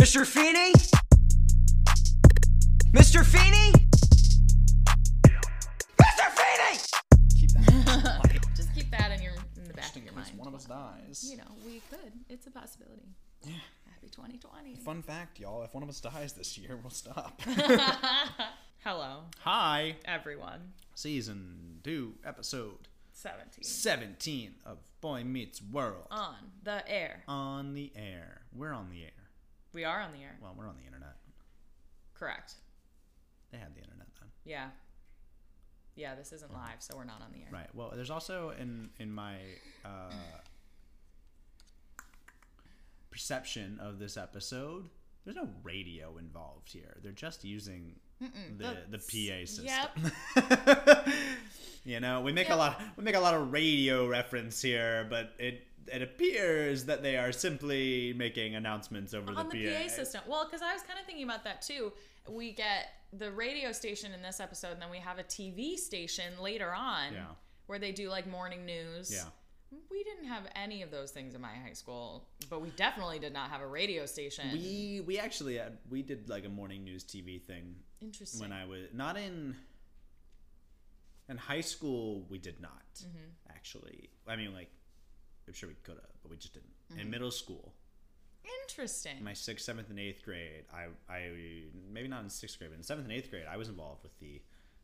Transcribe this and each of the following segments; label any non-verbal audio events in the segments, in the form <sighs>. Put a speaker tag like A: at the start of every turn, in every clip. A: Mr. Feeney? Mr. Feeney? Mr. Feeney!
B: Keep that. in mind.
C: <laughs> Just keep that in your in the back
B: Just
C: of
B: in
C: your
B: case
C: mind.
B: one of us dies.
C: You know, we could. It's a possibility.
B: Yeah.
C: Happy 2020.
B: Fun fact, y'all. If one of us dies this year, we'll
C: <laughs>
B: stop.
C: Hello,
B: Hi,
C: everyone.
B: season two, episode
C: 17.
B: seventeen of Boy Meets World
C: On the air.
B: on the air. We're on the air.
C: We are on the air.
B: Well, we're on the internet.
C: Correct.
B: They had the internet then.
C: Yeah. Yeah, this isn't live, so we're not on the air.
B: Right. Well, there's also in in my uh, perception of this episode, there's no radio involved here. They're just using the the PA system. <laughs> you know, we make
C: Yep.
B: a lot we make a lot of radio reference here, but it it appears that they are simply making announcements over
C: on
B: the,
C: the PA system. Well, because I was kind of thinking about that too. We get the radio station in this episode, and then we have a TV station later on
B: Yeah.
C: where they do like morning news.
B: Yeah.
C: We didn't have any of those things in my high school, but we definitely did not have a radio station.
B: We we actually had, we did like a morning news TV thing
C: Interesting.
B: when I was not in in high school. We did not
C: Mm-hmm.
B: actually. I mean, like I'm sure we could have, but we just didn't.
C: Mm-hmm.
B: In middle school,
C: Interesting.
B: in my sixth, seventh, and eighth grade, I I maybe not in sixth grade, but in seventh and eighth grade, I was involved with the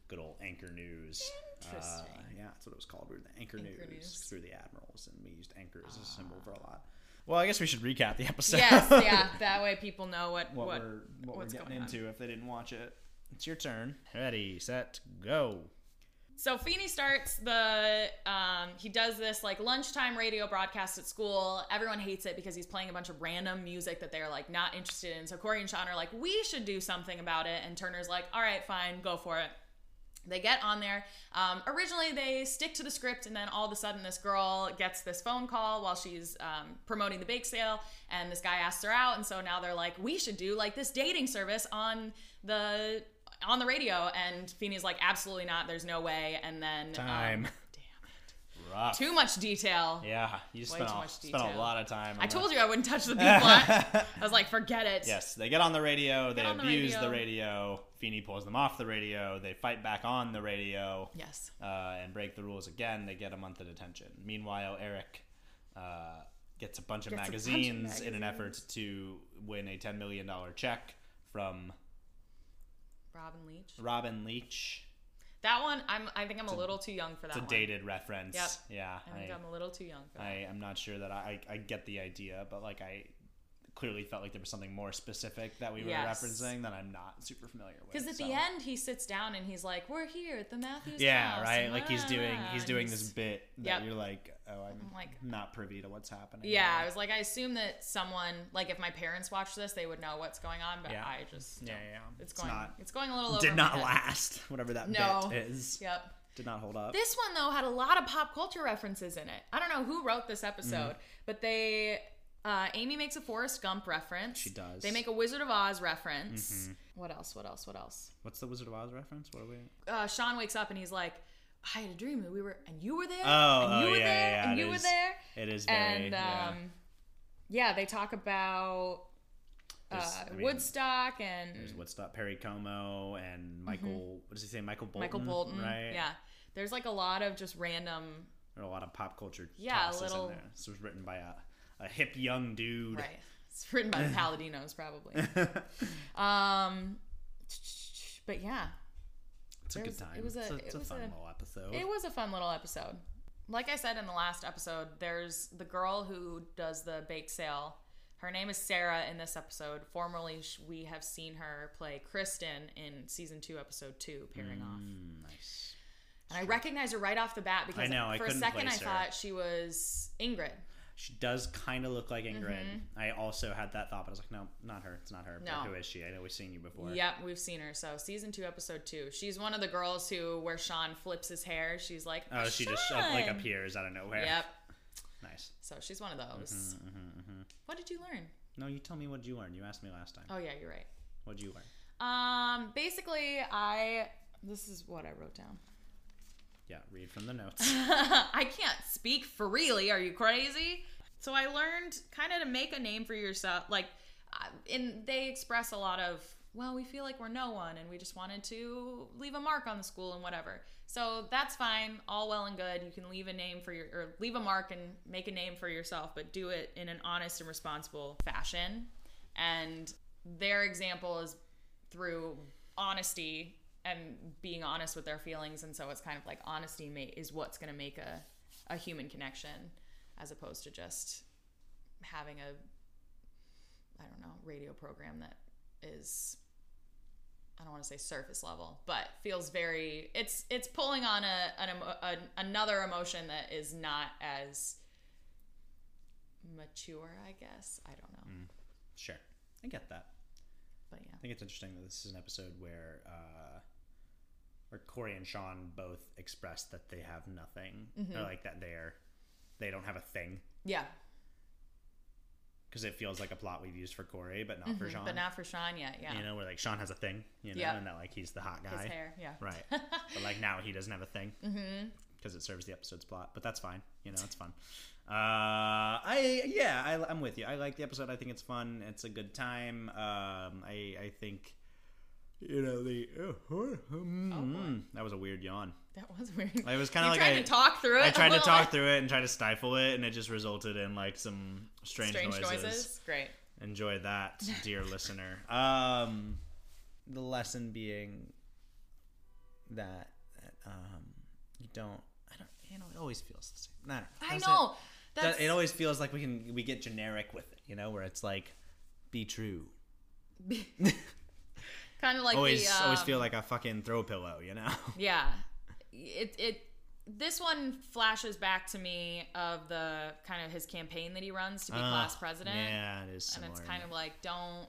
B: good old anchor news. Uh,
C: Interesting.
B: yeah, that's what it was called. We were the anchor,
C: Anchor
B: news,
C: News. Ah.
B: through the admirals, and we used anchor as a symbol for a lot. Well, I guess we should recap the episode. <laughs>
C: yes, yeah. That way people know what
B: what,
C: what,
B: we're what
C: what's
B: we're getting
C: going on.
B: into if they didn't watch it. It's your turn. Ready, set, go.
C: So Feeney starts the um, he does this like lunchtime radio broadcast at school. Everyone hates it because he's playing a bunch of random music that they're like not interested in. So Corey and Sean are like, we should do something about it. And Turner's like, all right, fine, go for it. They get on there. Um, originally, they stick to the script, and then all of a sudden, this girl gets this phone call while she's um, promoting the bake sale, and this guy asks her out, and so now they're like, "We should do like this dating service on the on the radio." And Feeney's like, "Absolutely not. There's no way." And then um,
B: Time.
C: <laughs> damn
B: Rough.
C: it, too much detail.
B: yeah, you
C: Way
B: spent
C: too
B: a,
C: much
B: spent a
C: detail.
B: lot of time.
C: I told you I wouldn't touch
B: <laughs>
C: the B plot. I was like, "Forget it."
B: Yes, they get on the radio. They
C: on the
B: abuse the radio.
C: radio.
B: Feeney pulls them off the radio. They fight back on the radio
C: Yes.
B: uh, and break the rules again. They get a month of detention. Meanwhile, Eric uh, gets a bunch of
C: Gets a bunch of
B: magazines in an effort to win a ten million dollar check from
C: Robin Leach.
B: Robin Leach.
C: That one, I'm. I think I'm a little too young for that
B: It's a
C: one.
B: dated reference.
C: Yep.
B: Yeah.
C: I think
B: I-
C: I'm a little too young for that.
B: I am not sure that I, I get the idea, but like I clearly felt like there was something more specific that we were
C: Yes.
B: referencing that I'm not super familiar with.
C: Because at
B: so-
C: the end, he sits down and he's like, "We're here at the Matthews
B: yeah,
C: house,"
B: right.
C: and
B: Like he's
C: blah,
B: doing
C: blah,
B: he's
C: and
B: doing this bit that
C: Yep.
B: you're like, oh, I'm,
C: I'm like-
B: not privy to what's happening.
C: Yeah, I
B: here.
C: was like, I assume that someone, like, if my parents watched this, they would know what's going on, but
B: Yeah.
C: I just,
B: yeah,
C: don't.
B: yeah. yeah.
C: it's going, it's,
B: not
C: going a little over.
B: did
C: my
B: not
C: head.
B: last. <laughs> Whatever that
C: No.
B: bit is,
C: Yep.
B: did not hold up.
C: This one though had a lot of pop culture references in it. I don't know who wrote this
B: Mm-hmm.
C: episode, but they, uh, Amy makes a Forrest Gump reference.
B: She does. Mm-hmm.
C: They make a Wizard of Oz reference. What else? What else? What else?
B: What's the Wizard of Oz reference? What are we?
C: uh, Sean wakes up and he's like, I had a dream that we were, and you were there,
B: Oh,
C: and you
B: oh,
C: were
B: yeah,
C: there,
B: yeah,
C: and
B: it
C: you were
B: is-
C: there,
B: It is very.
C: and um,
B: yeah.
C: yeah. they talk about uh,
B: There's- I mean,
C: Woodstock and
B: There's Woodstock, Perry Como, and Michael. What does he say? Michael Bolton.
C: Michael Bolton.
B: right?
C: Yeah, there's like a lot of just
B: <laughs>
C: random,
B: There are a lot of pop culture
C: Yeah, a
B: tosses
C: little-
B: in there. This was written by a, a hip young dude.
C: right? It's
B: <laughs>
C: written by the Paladinos, probably. um, <laughs> but yeah,
B: it's a
C: There
B: good
C: was-
B: time.
C: it was a-
B: it's a,
C: it
B: it's a
C: was
B: fun
C: a-
B: little episode.
C: It was a fun little episode. Like I said in the last episode, there's the girl who does the bake sale. Her name is Sarah in this episode. Formerly, sh- we have seen her play Kristen in season two, episode two, pairing off.
B: Mm, nice.
C: And I recognize her right off the bat because
B: I know, I
C: for a
B: couldn't
C: second I
B: place her.
C: thought she was Ingrid.
B: She does kind of look like Ingrid. I also had that thought, but I was like, no, not her. It's not her. But
C: Mm-hmm. No.
B: who is she? I know we've seen you before.
C: Yep, we've seen her. So season two, episode two. She's one of the girls who, where Sean flips his hair, she's like,
B: Oh, she just uh, like
C: "Sean!"
B: appears out of nowhere.
C: Yep.
B: Nice.
C: So she's one of those.
B: Mm-hmm,
C: What did you learn?
B: No, you tell me what you learned. You asked me last time.
C: Oh yeah, you're right.
B: What would you learn?
C: Um, basically, I this is what I wrote down. <laughs>
B: Yeah, read from the notes.
C: I can't speak freely. Are you crazy? So I learned kind of to make a name for yourself. Like uh, and they express a lot of well we feel like we're no one and we just wanted to leave a mark on the school and whatever so that's fine all well and good you can leave a name for your or leave a mark and make a name for yourself but do it in an honest and responsible fashion and their example is through honesty and being honest with their feelings and so it's kind of like honesty ma- is what's going to make a, a human connection as opposed to just having a I don't know, radio program that is I don't want to say surface level, but feels very it's it's pulling on a an emo- an another emotion that is not as mature, I guess. I don't know.
B: Sure. I get that.
C: But yeah.
B: I think it's interesting that this is an episode where uh, where Corey and Sean both express that they have nothing,
C: Mm-hmm.
B: or like that they're they don't have a thing
C: Yeah.
B: because it feels like a plot we've used for Corey, but not for Sean.
C: Mm-hmm. But not for Sean yet, yeah.
B: you know, where like Sean has a thing, you know,
C: Yeah.
B: and that like he's the hot guy,
C: His hair, yeah.
B: right? but like now he doesn't have a thing because it serves the episode's plot. But that's fine, you know, it's fun. Uh, I yeah, I, I'm with you. I like the episode. I think it's fun. It's a good time. Um, I I think. You know the mm-hmm. that was a weird yawn.
C: <laughs> That was weird.
B: It was kinda
C: You
B: like
C: tried
B: I-
C: to talk through it.
B: I tried
C: a
B: to
C: little <laughs>
B: talk
C: bit.
B: through it and try to stifle it, and it just resulted in like some strange,
C: strange noises.
B: noises.
C: Great.
B: Enjoy that, dear <laughs> listener. Um, the lesson being that, that um, you don't. I don't. You know, it always feels the same. I, don't
C: I
B: That's
C: know.
B: It. That-
C: That's
B: it always feels like we can we get generic with it. You know, where it's like, be true.
C: kind of like
B: Always
C: the, um,
B: always feel like a fucking throw pillow. You know.
C: Yeah. It it this one flashes back to me of the kind of his campaign that he runs
B: <laughs>
C: to be class
B: Uh,
C: president.
B: Yeah, it is similar.
C: and it's kind of like don't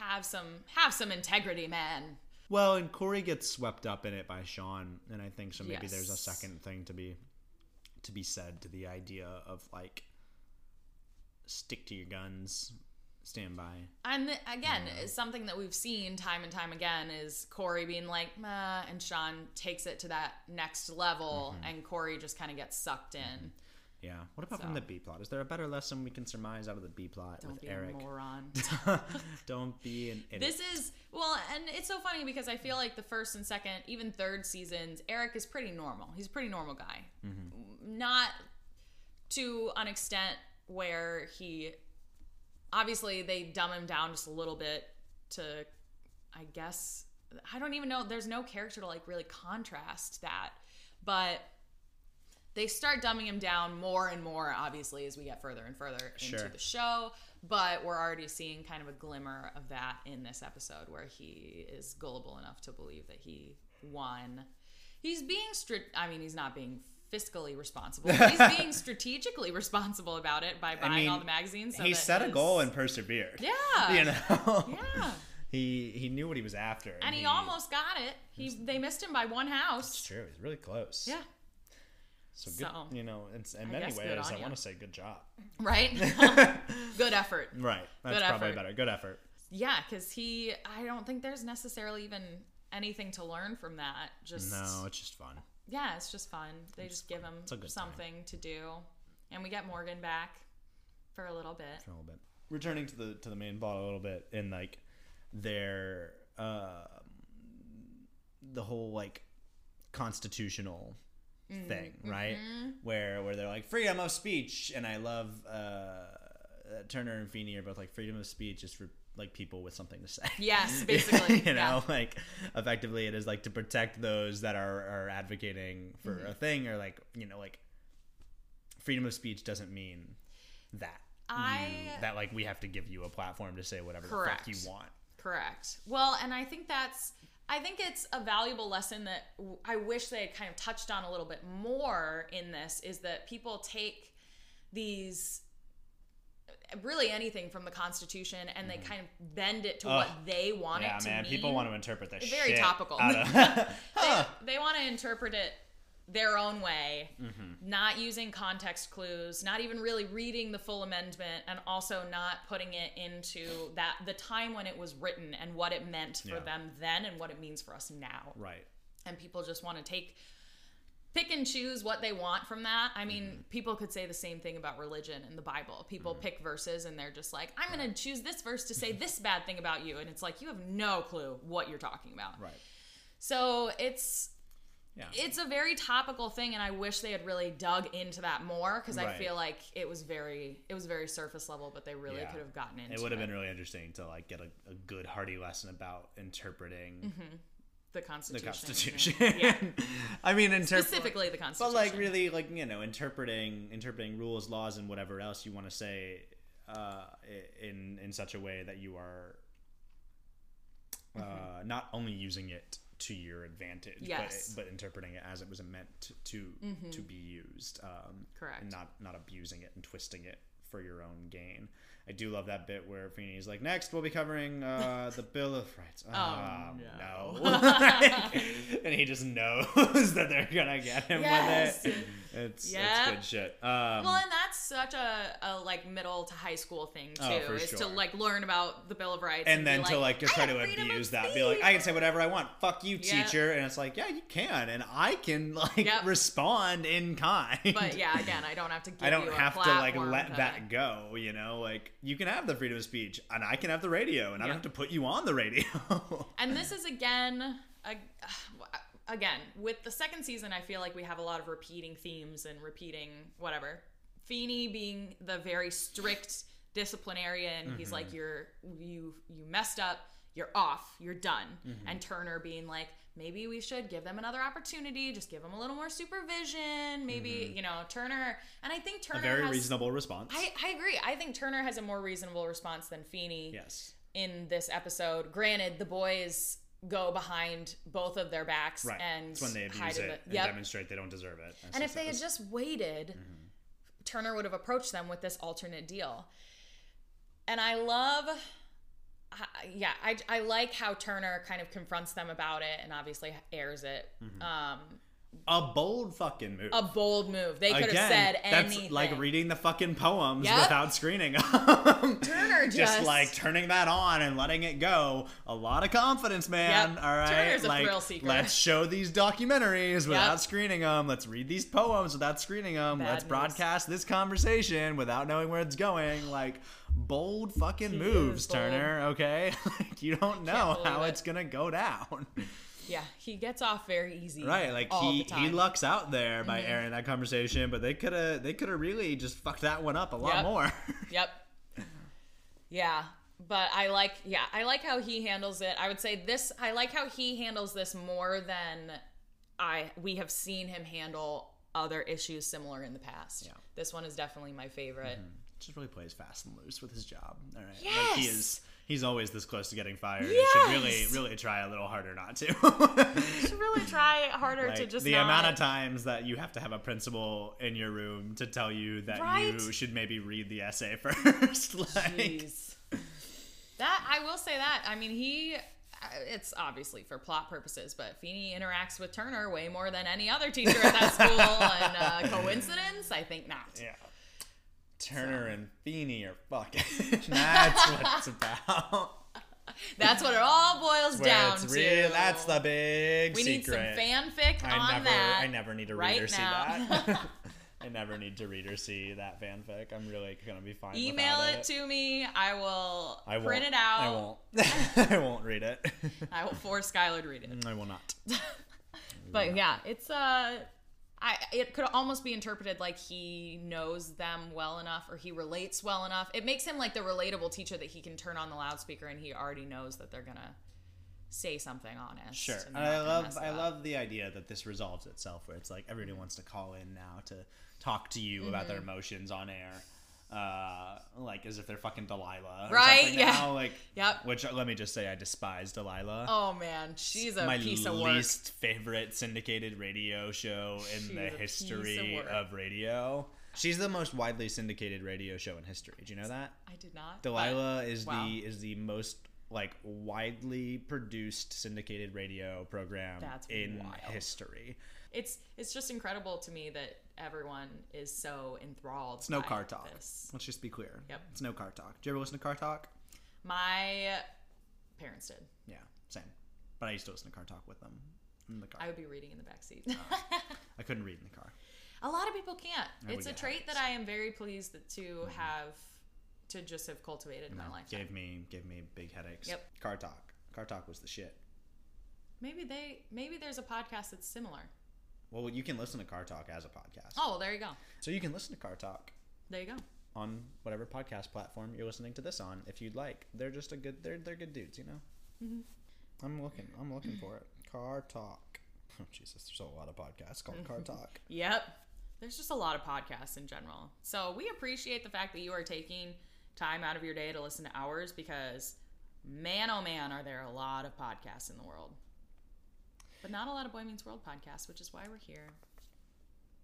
C: have some have some integrity, man.
B: Well, and Corey gets swept up in it by Sean, and I think so. Maybe there's a
C: Yes.
B: second thing to be to be said to the idea of like stick to your guns, stand by.
C: And th- again, it's something that we've seen time and time again is Corey being like, "Meh," and Sean takes it to that next level,
B: Mm-hmm.
C: and Corey just kind of gets sucked in.
B: Yeah. What about from
C: So.
B: the B plot? Is there a better lesson we can surmise out of the B plot
C: Don't
B: with
C: be
B: Eric?
C: a moron.
B: <laughs> Don't be an idiot.
C: This is well, and it's so funny because I feel like the first and second, even third seasons, Eric is pretty normal. He's a pretty normal guy,
B: Mm-hmm.
C: not to an extent where he obviously they dumb him down just a little bit to, I guess I don't even know. There's no character to like really contrast that, but. They start dumbing him down more and more, obviously, as we get further and further into
B: Sure.
C: the show, but we're already seeing kind of a glimmer of that in this episode where he is gullible enough to believe that he won. He's being strict. I mean, he's not being fiscally responsible.
B: <laughs>
C: but He's being strategically responsible about it by buying all
B: mean,
C: the magazines. So
B: he
C: that
B: set a
C: his-
B: goal and persevered.
C: yeah,
B: You know. <laughs>
C: yeah,
B: He he knew what he was after.
C: and he almost got it. He they missed him by one house.
B: True. He's really close.
C: Yeah,
B: So good.
C: So,
B: you know, it's, in many
C: guess good
B: ways,
C: on
B: I
C: ya.
B: want to say good
C: <laughs>
B: job. <laughs>
C: right. Good effort.
B: Right. That's
C: Good
B: probably
C: effort.
B: better. Good effort.
C: Yeah, because he. I don't think there's necessarily even anything to learn from that. Just
B: No, it's just fun.
C: yeah, it's just fun. They just give him
B: It's a good time.
C: something to do, and we get Morgan back for a little bit.
B: A little bit. Returning to the to the main plot a little bit and like their uh, the whole like constitutional
C: Mm.
B: thing,
C: Mm-hmm.
B: right? Where where they're like freedom of speech, and I love uh, Turner and Feeney are both like freedom of speech is for like people with something to say. <laughs>
C: Yes, <laughs> basically.
B: you
C: yeah.
B: know like effectively it is like to protect those that are are advocating for
C: Mm-hmm.
B: a thing or like you know like freedom of speech doesn't mean that
C: I
B: that like we have to give you a platform to say whatever the fuck
C: Correct.
B: you want
C: correct. Well, and I think that's I think it's a valuable lesson that w- I wish they had kind of touched on a little bit more in this is that people take these really anything from the Constitution and they kind of bend it to what
B: Mm-hmm. Ugh.
C: they want
B: yeah
C: it to
B: Ah, man
C: mean.
B: people want to interpret that
C: Very
B: shit
C: topical.
B: out
C: <laughs>
B: of-
C: they, they want to interpret it their own way,
B: Mm-hmm.
C: not using context clues, not even really reading the full amendment, and also not putting it into that the time when it was written and what it meant for
B: Yeah.
C: them then and what it means for us now.
B: right
C: And people just want to take pick and choose what they want from that. I mean,
B: Mm-hmm.
C: people could say the same thing about religion and the Bible. People pick verses and they're just like, I'm going to choose this verse
B: <laughs>
C: to say this bad thing about you. And it's like, you have no clue what you're talking about.
B: Right.
C: So it's
B: Yeah.
C: it's a very topical thing and i wish they had really dug into that more because i
B: Right.
C: feel like it was very it was very surface level but they really
B: Yeah.
C: could have gotten into
B: it would have been really interesting to like get a, a good hearty lesson about interpreting
C: the Mm-hmm. constitution
B: the
C: yeah.
B: Constitution. <laughs>
C: yeah
B: I mean, interpret
C: specifically the constitution
B: but like really, like you know, interpreting interpreting rules, laws, and whatever else you want to say uh, i- in in such a way that you are uh, not only using it to your advantage,
C: Yes.
B: but, but interpreting it as it was meant to to be used. Um,
C: Correct.
B: And not not abusing it and twisting it for your own gain. I do love that bit where Feeney's like, "Next, we'll be covering
C: <laughs>
B: uh, the Bill of Rights." Um,
C: no.
B: no. <laughs>
C: <laughs>
B: Like, and he just knows <laughs> that they're gonna get him
C: Yes.
B: with it. It's it's
C: Yeah.
B: good shit. Um,
C: well and that's such a, a like middle to high school thing too
B: Oh, for
C: is to
B: sure.
C: like learn about the bill of rights
B: and
C: be
B: then to like just
C: "I
B: try
C: have
B: to
C: freedom of
B: abuse that, be like, I can say whatever I want. Fuck you,
C: Yeah.
B: teacher. And it's like, yeah, you can, and I can <laughs> like
C: Yep.
B: respond in kind.
C: speech." but yeah again i don't have to give
B: I don't
C: you a
B: have to like
C: platform
B: let that go, you know. Like you can have the freedom of speech, and I can have the radio, and I
C: Yeah.
B: don't have to put you on the radio. <laughs>
C: And this is again, ag- again with the second season, I feel like we have a lot of repeating themes and repeating whatever. Feeney being the very strict disciplinarian, he's like,
B: Mm-hmm.
C: "You're you you messed up. You're off. You're done."
B: Mm-hmm.
C: And Turner being like, "Maybe we should give them another opportunity. Just give them a little more supervision. Maybe you know Turner." And I think Turner
B: Mm-hmm. a very
C: has,
B: reasonable response.
C: I, I agree. I think Turner has a more reasonable response than Feeney
B: yes,
C: in this episode. Granted, the boys go behind both of their backs
B: right.
C: and
B: it's when they
C: hide
B: abuse
C: in
B: it
C: the-
B: and
C: yep.
B: demonstrate Mm-hmm. they don't deserve it.
C: And if they had just waited, Turner would have approached them with this alternate deal. And I love, I- yeah, I, I like how Turner kind of confronts them about it and obviously airs it.
B: Mm-hmm.
C: Um,
B: a bold fucking move.
C: a bold move. Oh, They could have said anything.
B: That's like reading the fucking poems
C: Yep.
B: without screening
C: <laughs>
B: them.
C: Turner just,
B: like turning that on and letting it go. A lot of confidence, man.
C: Yep.
B: All right,
C: Turner's a
B: like,
C: thrill seeker.
B: Let's show these documentaries without screening them. Let's read these poems without screening them.
C: Bad
B: let's
C: news.
B: broadcast this conversation without knowing where it's going. Like bold fucking
C: is
B: moves,
C: bold.
B: Turner. Okay, <laughs> like you don't know
C: believe
B: how
C: it.
B: it's gonna go down. <laughs>
C: yeah, he gets off very easy.
B: Right, like
C: all
B: he
C: the time. Mm-hmm.
B: he lucks out there by airing that conversation, but they could have they could have really just fucked that one up a lot
C: Yep.
B: more.
C: Yep. Yeah. But I like, yeah, I like how he handles it. I would say this, I like how he handles this more than I we have seen him handle other issues similar in the past.
B: Yeah. Mm-hmm.
C: This one is definitely my favorite.
B: just really plays fast and loose with his job. All right, like he
C: Yes!
B: is he's always this close to getting fired. He should really
C: Yes!
B: really try a little harder not to. <laughs>
C: You should really try harder to
B: Like,
C: just
B: the
C: not-
B: amount of times that you have to have a principal in your room to tell you that
C: Right?
B: you should maybe read the essay <laughs> first. like,
C: Jeez. That I will say that. I mean, he. uh, It's obviously for plot purposes, but Feeney interacts with Turner way more than any other teacher at that school. and
B: <laughs>
C: uh, coincidence? I think not.
B: yeah. Turner and Feeney are
C: <laughs>
B: fucking. <laughs> That's what it's about.
C: That's what it all boils
B: Where
C: down
B: it's
C: to.
B: real- That's the big
C: we need some
B: secret.
C: fanfic
B: I
C: on
B: never,
C: that.
B: I never need to read
C: right
B: or see
C: now. <laughs>
B: that. <laughs> I never need to read or see that fanfic. I'm really gonna be fine.
C: Email
B: without
C: it to me. I will
B: I won't.
C: print it out.
B: I won't. <laughs> I won't read it.
C: I will force Skylar to read it.
B: I will not.
C: But yeah, it's uh I it could almost be interpreted like he knows them well enough or he relates well enough. It makes him like the relatable teacher that he can turn on the loudspeaker and he already knows that they're gonna say something honest.
B: Sure. And
C: and they're not
B: I
C: gonna
B: love
C: mess it
B: I
C: up.
B: love the idea that this resolves itself where it's like everybody wants to call in now to talk to you about
C: Mm-hmm.
B: their emotions on air. Uh, like as if they're fucking Delilah, or
C: Right,
B: something
C: yeah.
B: Now. Like,
C: Yep.
B: Which uh, let me just say, I despise Delilah.
C: Oh man, she's a
B: my
C: piece of work.
B: least favorite syndicated radio show in
C: She's
B: the
C: a piece of
B: history
C: work.
B: of, radio. She's the most widely syndicated radio show in history. Do you know that?
C: I did not. but-
B: Delilah is
C: wow.
B: the is the most like widely produced syndicated radio program
C: That's
B: in
C: wild.
B: history.
C: it's it's just incredible to me that everyone is so enthralled.
B: It's no
C: by
B: car talk.
C: This.
B: Let's just be clear.
C: Yep.
B: It's no car talk. Do you ever listen to car talk?
C: My parents did.
B: Yeah, same. But I used to listen to car talk with them. in the car.
C: I
B: I,
C: would be reading in the back seat.
B: Oh. couldn't read in the car.
C: <laughs> a lot of people can't.
B: I would
C: It's a
B: get
C: trait that
B: headaches.
C: I am very pleased that to have to just have cultivated in my
B: Mm-hmm. No,
C: life.
B: gave me gave me big headaches.
C: Yep.
B: Car talk. Car talk was the shit.
C: Maybe they maybe there's a podcast that's similar.
B: Well, you can listen to Car Talk as a podcast.
C: Oh, well, there you go.
B: So you can listen to Car Talk
C: There you go.
B: on whatever podcast platform you're listening to this on if you'd like. They're just a good they're they're good dudes, you know.
C: Mm-hmm.
B: I'm looking I'm looking for it. Car Talk. <laughs> Oh Jesus, there's a lot of podcasts called
C: <laughs>
B: Car Talk.
C: Yep. There's just a lot of podcasts in general. So we appreciate the fact that you are taking time out of your day to listen to ours because man oh man are there a lot of podcasts in the world. But not a lot of Boy Meets World podcasts, which is why we're here.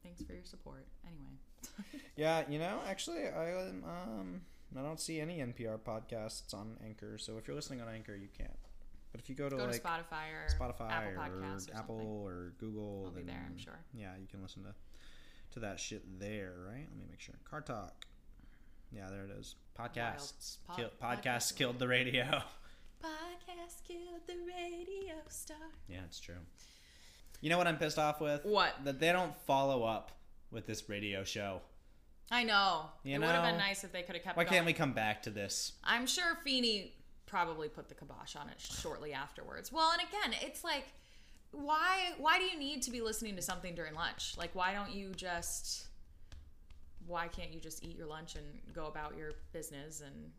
C: Thanks for your support. Anyway.
B: Yeah, you know, actually, I um, um, I don't see any NPR podcasts on Anchor. So if you're listening on Anchor, you can't. But if you go to
C: Go
B: like
C: to Spotify or
B: Spotify
C: Apple
B: or,
C: Podcasts or,
B: Apple
C: something.
B: or Google,
C: I'll be
B: then
C: there, I'm sure.
B: Yeah, you can listen to to that shit there, right? Let me make sure. Car Talk. Yeah, there it is. Podcasts.
C: Pod-
B: kill, podcasts
C: podcasts.
B: killed the radio. <laughs>
C: Podcast killed the radio star.
B: yeah, it's true. You know what I'm pissed off with?
C: What?
B: That they don't follow up with this radio show.
C: I know.
B: You
C: it would have
B: know,
C: been nice if they could have kept
B: Why
C: going.
B: can't we come back to this?
C: I'm sure Feeney probably put the kibosh on it shortly afterwards. Well, and again, it's like, why? Why do you need to be listening to something during lunch? Like, why don't you just? Why can't you just eat your lunch and go about your business? And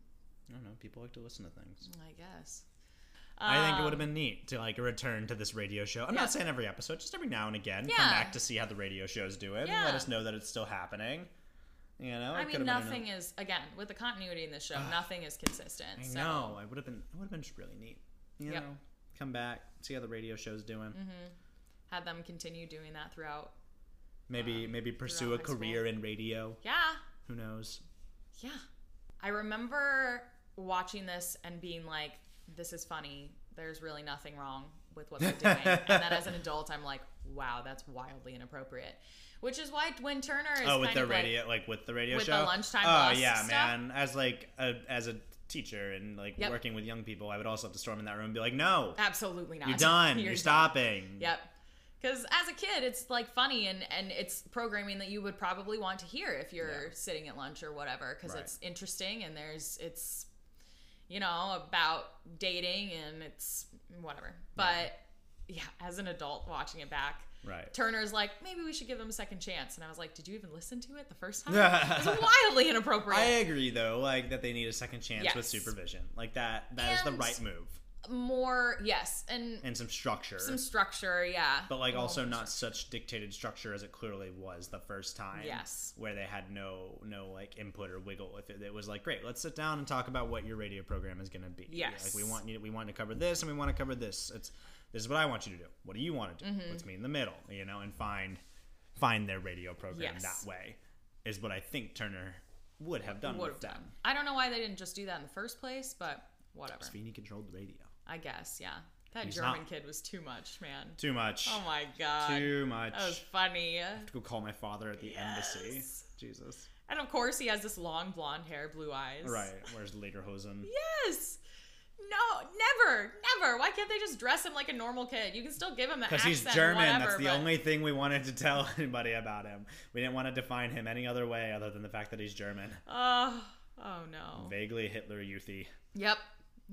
B: I don't know. People like to listen to things.
C: I guess.
B: I think it
C: Um,
B: would have been neat to like return to this radio show. I'm
C: Yeah.
B: not saying every episode, just every now and again, come
C: Yeah.
B: back to see how the radio show's doing.
C: Yeah.
B: Let us know that it's still happening. You know,
C: I
B: it
C: mean,
B: could've been
C: nothing is again with the continuity in this show. nothing is consistent.
B: Another...
C: so.
B: No, it would have been. It would have been just really neat. You
C: Yep. Mm-hmm.
B: know, come back, see how the radio show's doing.
C: had them continue doing that throughout.
B: Maybe maybe pursue a
C: high school.
B: career in radio.
C: Yeah,
B: Who knows?
C: Yeah. I remember watching this and being like, this is funny. There's really nothing wrong with what
B: <laughs>
C: they're doing. and then as an adult, I'm like, wow, that's wildly inappropriate. Which is why when Turner is
B: oh, with
C: kind
B: the
C: of like-
B: radio, like, with the radio
C: with the
B: show.
C: lunchtime
B: Oh
C: bus
B: yeah,
C: stuff.
B: man. As like a, as a teacher and like
C: Yep.
B: working with young people, I would also have to storm in that room and be like,
C: <laughs>
B: no,
C: absolutely not.
B: you're
C: <laughs>
B: done. You're,
C: done.
B: stopping.
C: Yep. Because as a kid, it's like funny and, and it's programming that you would probably want to hear if you're
B: Yeah.
C: sitting at lunch or whatever, because
B: Right.
C: it's interesting and there's, it's, you know, about dating and it's whatever. But yeah, as an adult watching it back,
B: Right.
C: Turner's like, maybe we should give him a second chance. And I was like, did you even listen to it the
B: <laughs>
C: first time? <laughs> It's wildly inappropriate.
B: I agree though, like that they need a second chance with
C: Yes.
B: supervision. Like that that is
C: And-
B: the right move.
C: More, yes. And
B: And some structure.
C: some structure, yeah.
B: but like
C: A little
B: also
C: more
B: not such dictated structure as it clearly was the first time.
C: Yes.
B: Where they had no no like input or wiggle with it. It was like, great, let's sit down and talk about what your radio program is gonna be.
C: Yes.
B: Like we want you we want to cover this and we want to cover this. It's this is what I want you to do. What do you want to do?
C: Mm-hmm.
B: Let's meet in the middle, you know, and find find their radio program
C: Yes.
B: that way. Is what I think Turner would have done
C: Would
B: with
C: have
B: that.
C: done. I don't know why they didn't just do that in the first place, but whatever.
B: Feeney controlled the radio.
C: I guess, yeah. That
B: He's
C: German
B: not.
C: kid was too much, man.
B: Too much.
C: Oh my god.
B: Too much.
C: That was funny.
B: Go call my father at the embassy.
C: Yes.
B: Jesus.
C: And of course he has this long blonde hair, blue eyes.
B: Right. Where's Lederhosen?
C: Yes. No, never, never. Why can't they just dress him like a normal kid? You can still give him the
B: Because
C: accent.
B: he's German. That's
C: whatever,
B: the
C: but-
B: only thing we wanted to tell <laughs> anybody about him. We didn't want to define him any other way other than the fact that he's German.
C: Oh, oh no.
B: Vaguely Hitler youthy.
C: Yep.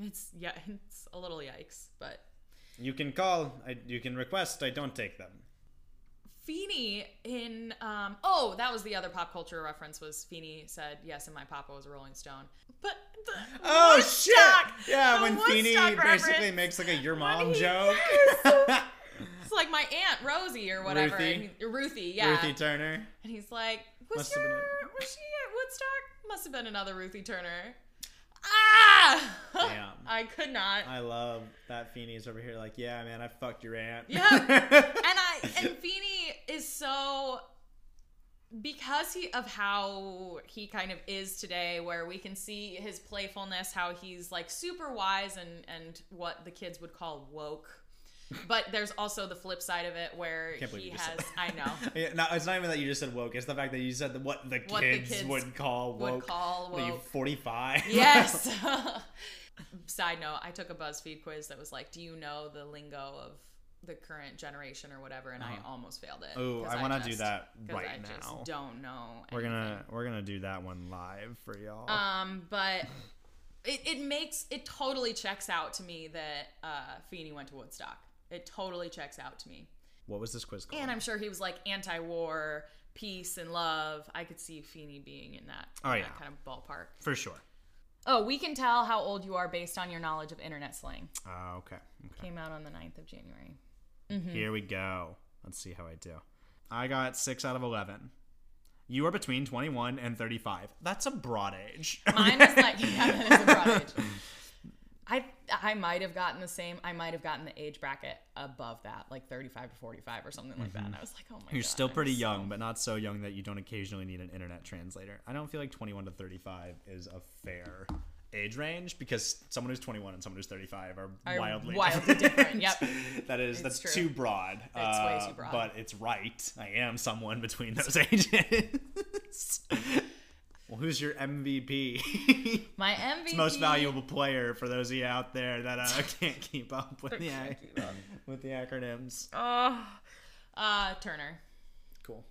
C: It's yeah, <laughs> it's a little yikes, but
B: You can call. I, you can request. I don't take them.
C: Feeney in um oh that was the other pop culture reference was Feeney said yes and my papa was a Rolling Stone but the
B: Oh
C: Woodstock-
B: shit! Yeah,
C: the
B: when Feeney
C: Woodstock
B: basically
C: reference.
B: makes like a your
C: When
B: mom
C: he- <laughs>
B: joke. <laughs>
C: It's like my aunt Rosie or whatever.
B: Ruthie?
C: And he- Ruthie, yeah.
B: Ruthie
C: <laughs>
B: Turner.
C: And he's like, was
B: Must
C: your
B: have been a-
C: was she at Woodstock? Must have been another Ruthie Turner. Ah! <laughs>
B: Yeah.
C: I could not.
B: I love that Feeney's over here. Like, yeah, man, I fucked your aunt.
C: Yeah. and
B: <laughs>
C: I and Feeney is so because he of how he kind of is today, where we can see his playfulness, how he's like super wise and and what the kids would call woke. But there's also the flip side of it where
B: can't believe
C: he
B: you just
C: has
B: said
C: I know.
B: <laughs> <laughs> Yeah, no, it's not even that you just said woke. It's the fact that you said the, what the kids,
C: What the kids
B: would call woke.
C: would call
B: What are you, <laughs>
C: woke.
B: 45? <laughs>
C: <laughs> Yes. Side note, I took a BuzzFeed quiz that was like, do you know the lingo of the current generation or whatever, and
B: Uh-huh.
C: I almost failed it.
B: Oh,
C: 'cause
B: I want to do
C: just-
B: that
C: 'cause
B: right
C: I
B: now.
C: Just don't know.
B: we're gonna
C: anything.
B: we're gonna do that one live for y'all.
C: Um, but it, it makes it totally checks out to me that uh, Feeney went to Woodstock. It totally checks out to me.
B: what was this quiz called?
C: And I'm sure he was like anti-war, peace and love. I could see Feeney being in that,
B: Oh,
C: that
B: yeah.
C: kind of ballpark.
B: for sure.
C: Oh, we can tell how old you are based on your knowledge of internet slang.
B: Uh, okay. okay.
C: Came out on the 9th of January. Mm-hmm.
B: Here we go. Let's see how I do. I got six out of eleven. You are between twenty one and thirty five. That's a broad age. <laughs>
C: Mine was like yeah, that is a broad age. I I might have gotten the same. I might have gotten the age bracket above that, like 35 to 45 or something like that. And I was like, oh my god,
B: Mm-hmm. You're still
C: I'm
B: pretty
C: so-
B: young, but not so young that you don't occasionally need an internet translator. I don't feel like 21 to 35 is a fair age range because someone who's 21 and someone who's 35 are,
C: Are
B: wildly, <laughs>
C: wildly different, yep.
B: That is that's
C: true.
B: too broad. It's
C: way too broad.
B: But it's right. I am someone between those <laughs> ages. well, who's your MVP?
C: My
B: <laughs>
C: MVP,
B: Most valuable player for those of you out there that
C: <laughs>
B: uh, can't keep up with the
C: Can't
B: ac- with the acronyms.
C: Oh, uh, Turner. <laughs>
B: Cool.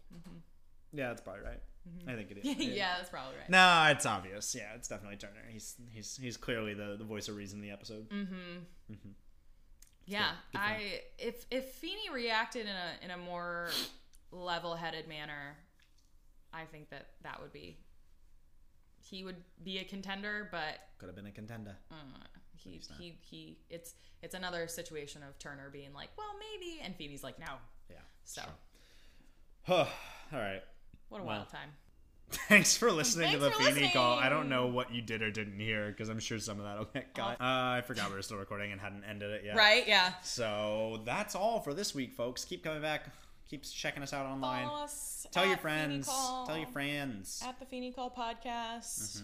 B: Yeah, that's probably right. I think it is.
C: Mm-hmm. <laughs> yeah, that's probably right.
B: No, it's obvious. Yeah, it's definitely Turner. He's he's he's clearly the, the voice of reason in the episode.
C: Mm. Yeah,
B: Good point.
C: I if if Feeney reacted in a in a more level-headed manner, I think that that would be he would be a contender, but
B: Could have been a contender.
C: uh, he
B: he's not.
C: he he it's it's another situation of Turner being like, "Well, maybe," and Feeney's like, "No."
B: Yeah. <sighs>
C: So,
B: All right.
C: what a
B: Well,
C: wild time.
B: Thanks for listening to the
C: Thanks for
B: Feeny call. I don't
C: listening.
B: know what you did or didn't hear because I'm sure some of that'll get cut. Uh, I forgot we were still recording and hadn't ended it yet.
C: Right? Yeah.
B: So that's all for this week, folks. Keep coming back. Keep checking us out online.
C: Follow us
B: Tell your
C: at Feeney
B: friends.
C: Call,
B: Tell your friends. Mm-hmm,
C: At the Feeney Call Podcast.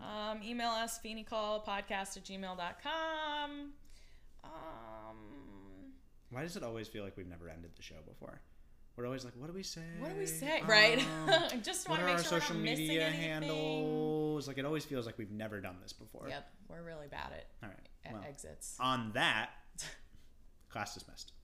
C: Um, email us, feeneycallpodcast at gmail.com. Um,
B: Why does it always feel like we've never ended the show before? We're always like, what do we say? Um,
C: What do we say? right? I <laughs> just
B: what
C: want
B: are
C: to
B: our
C: make sure we're
B: social
C: not missing
B: media
C: anything.
B: handles? Like, it always feels like we've never done this before.
C: Yep, we're really bad at,
B: All
C: at
B: right. Well,
C: <laughs> exits.
B: on that, class dismissed.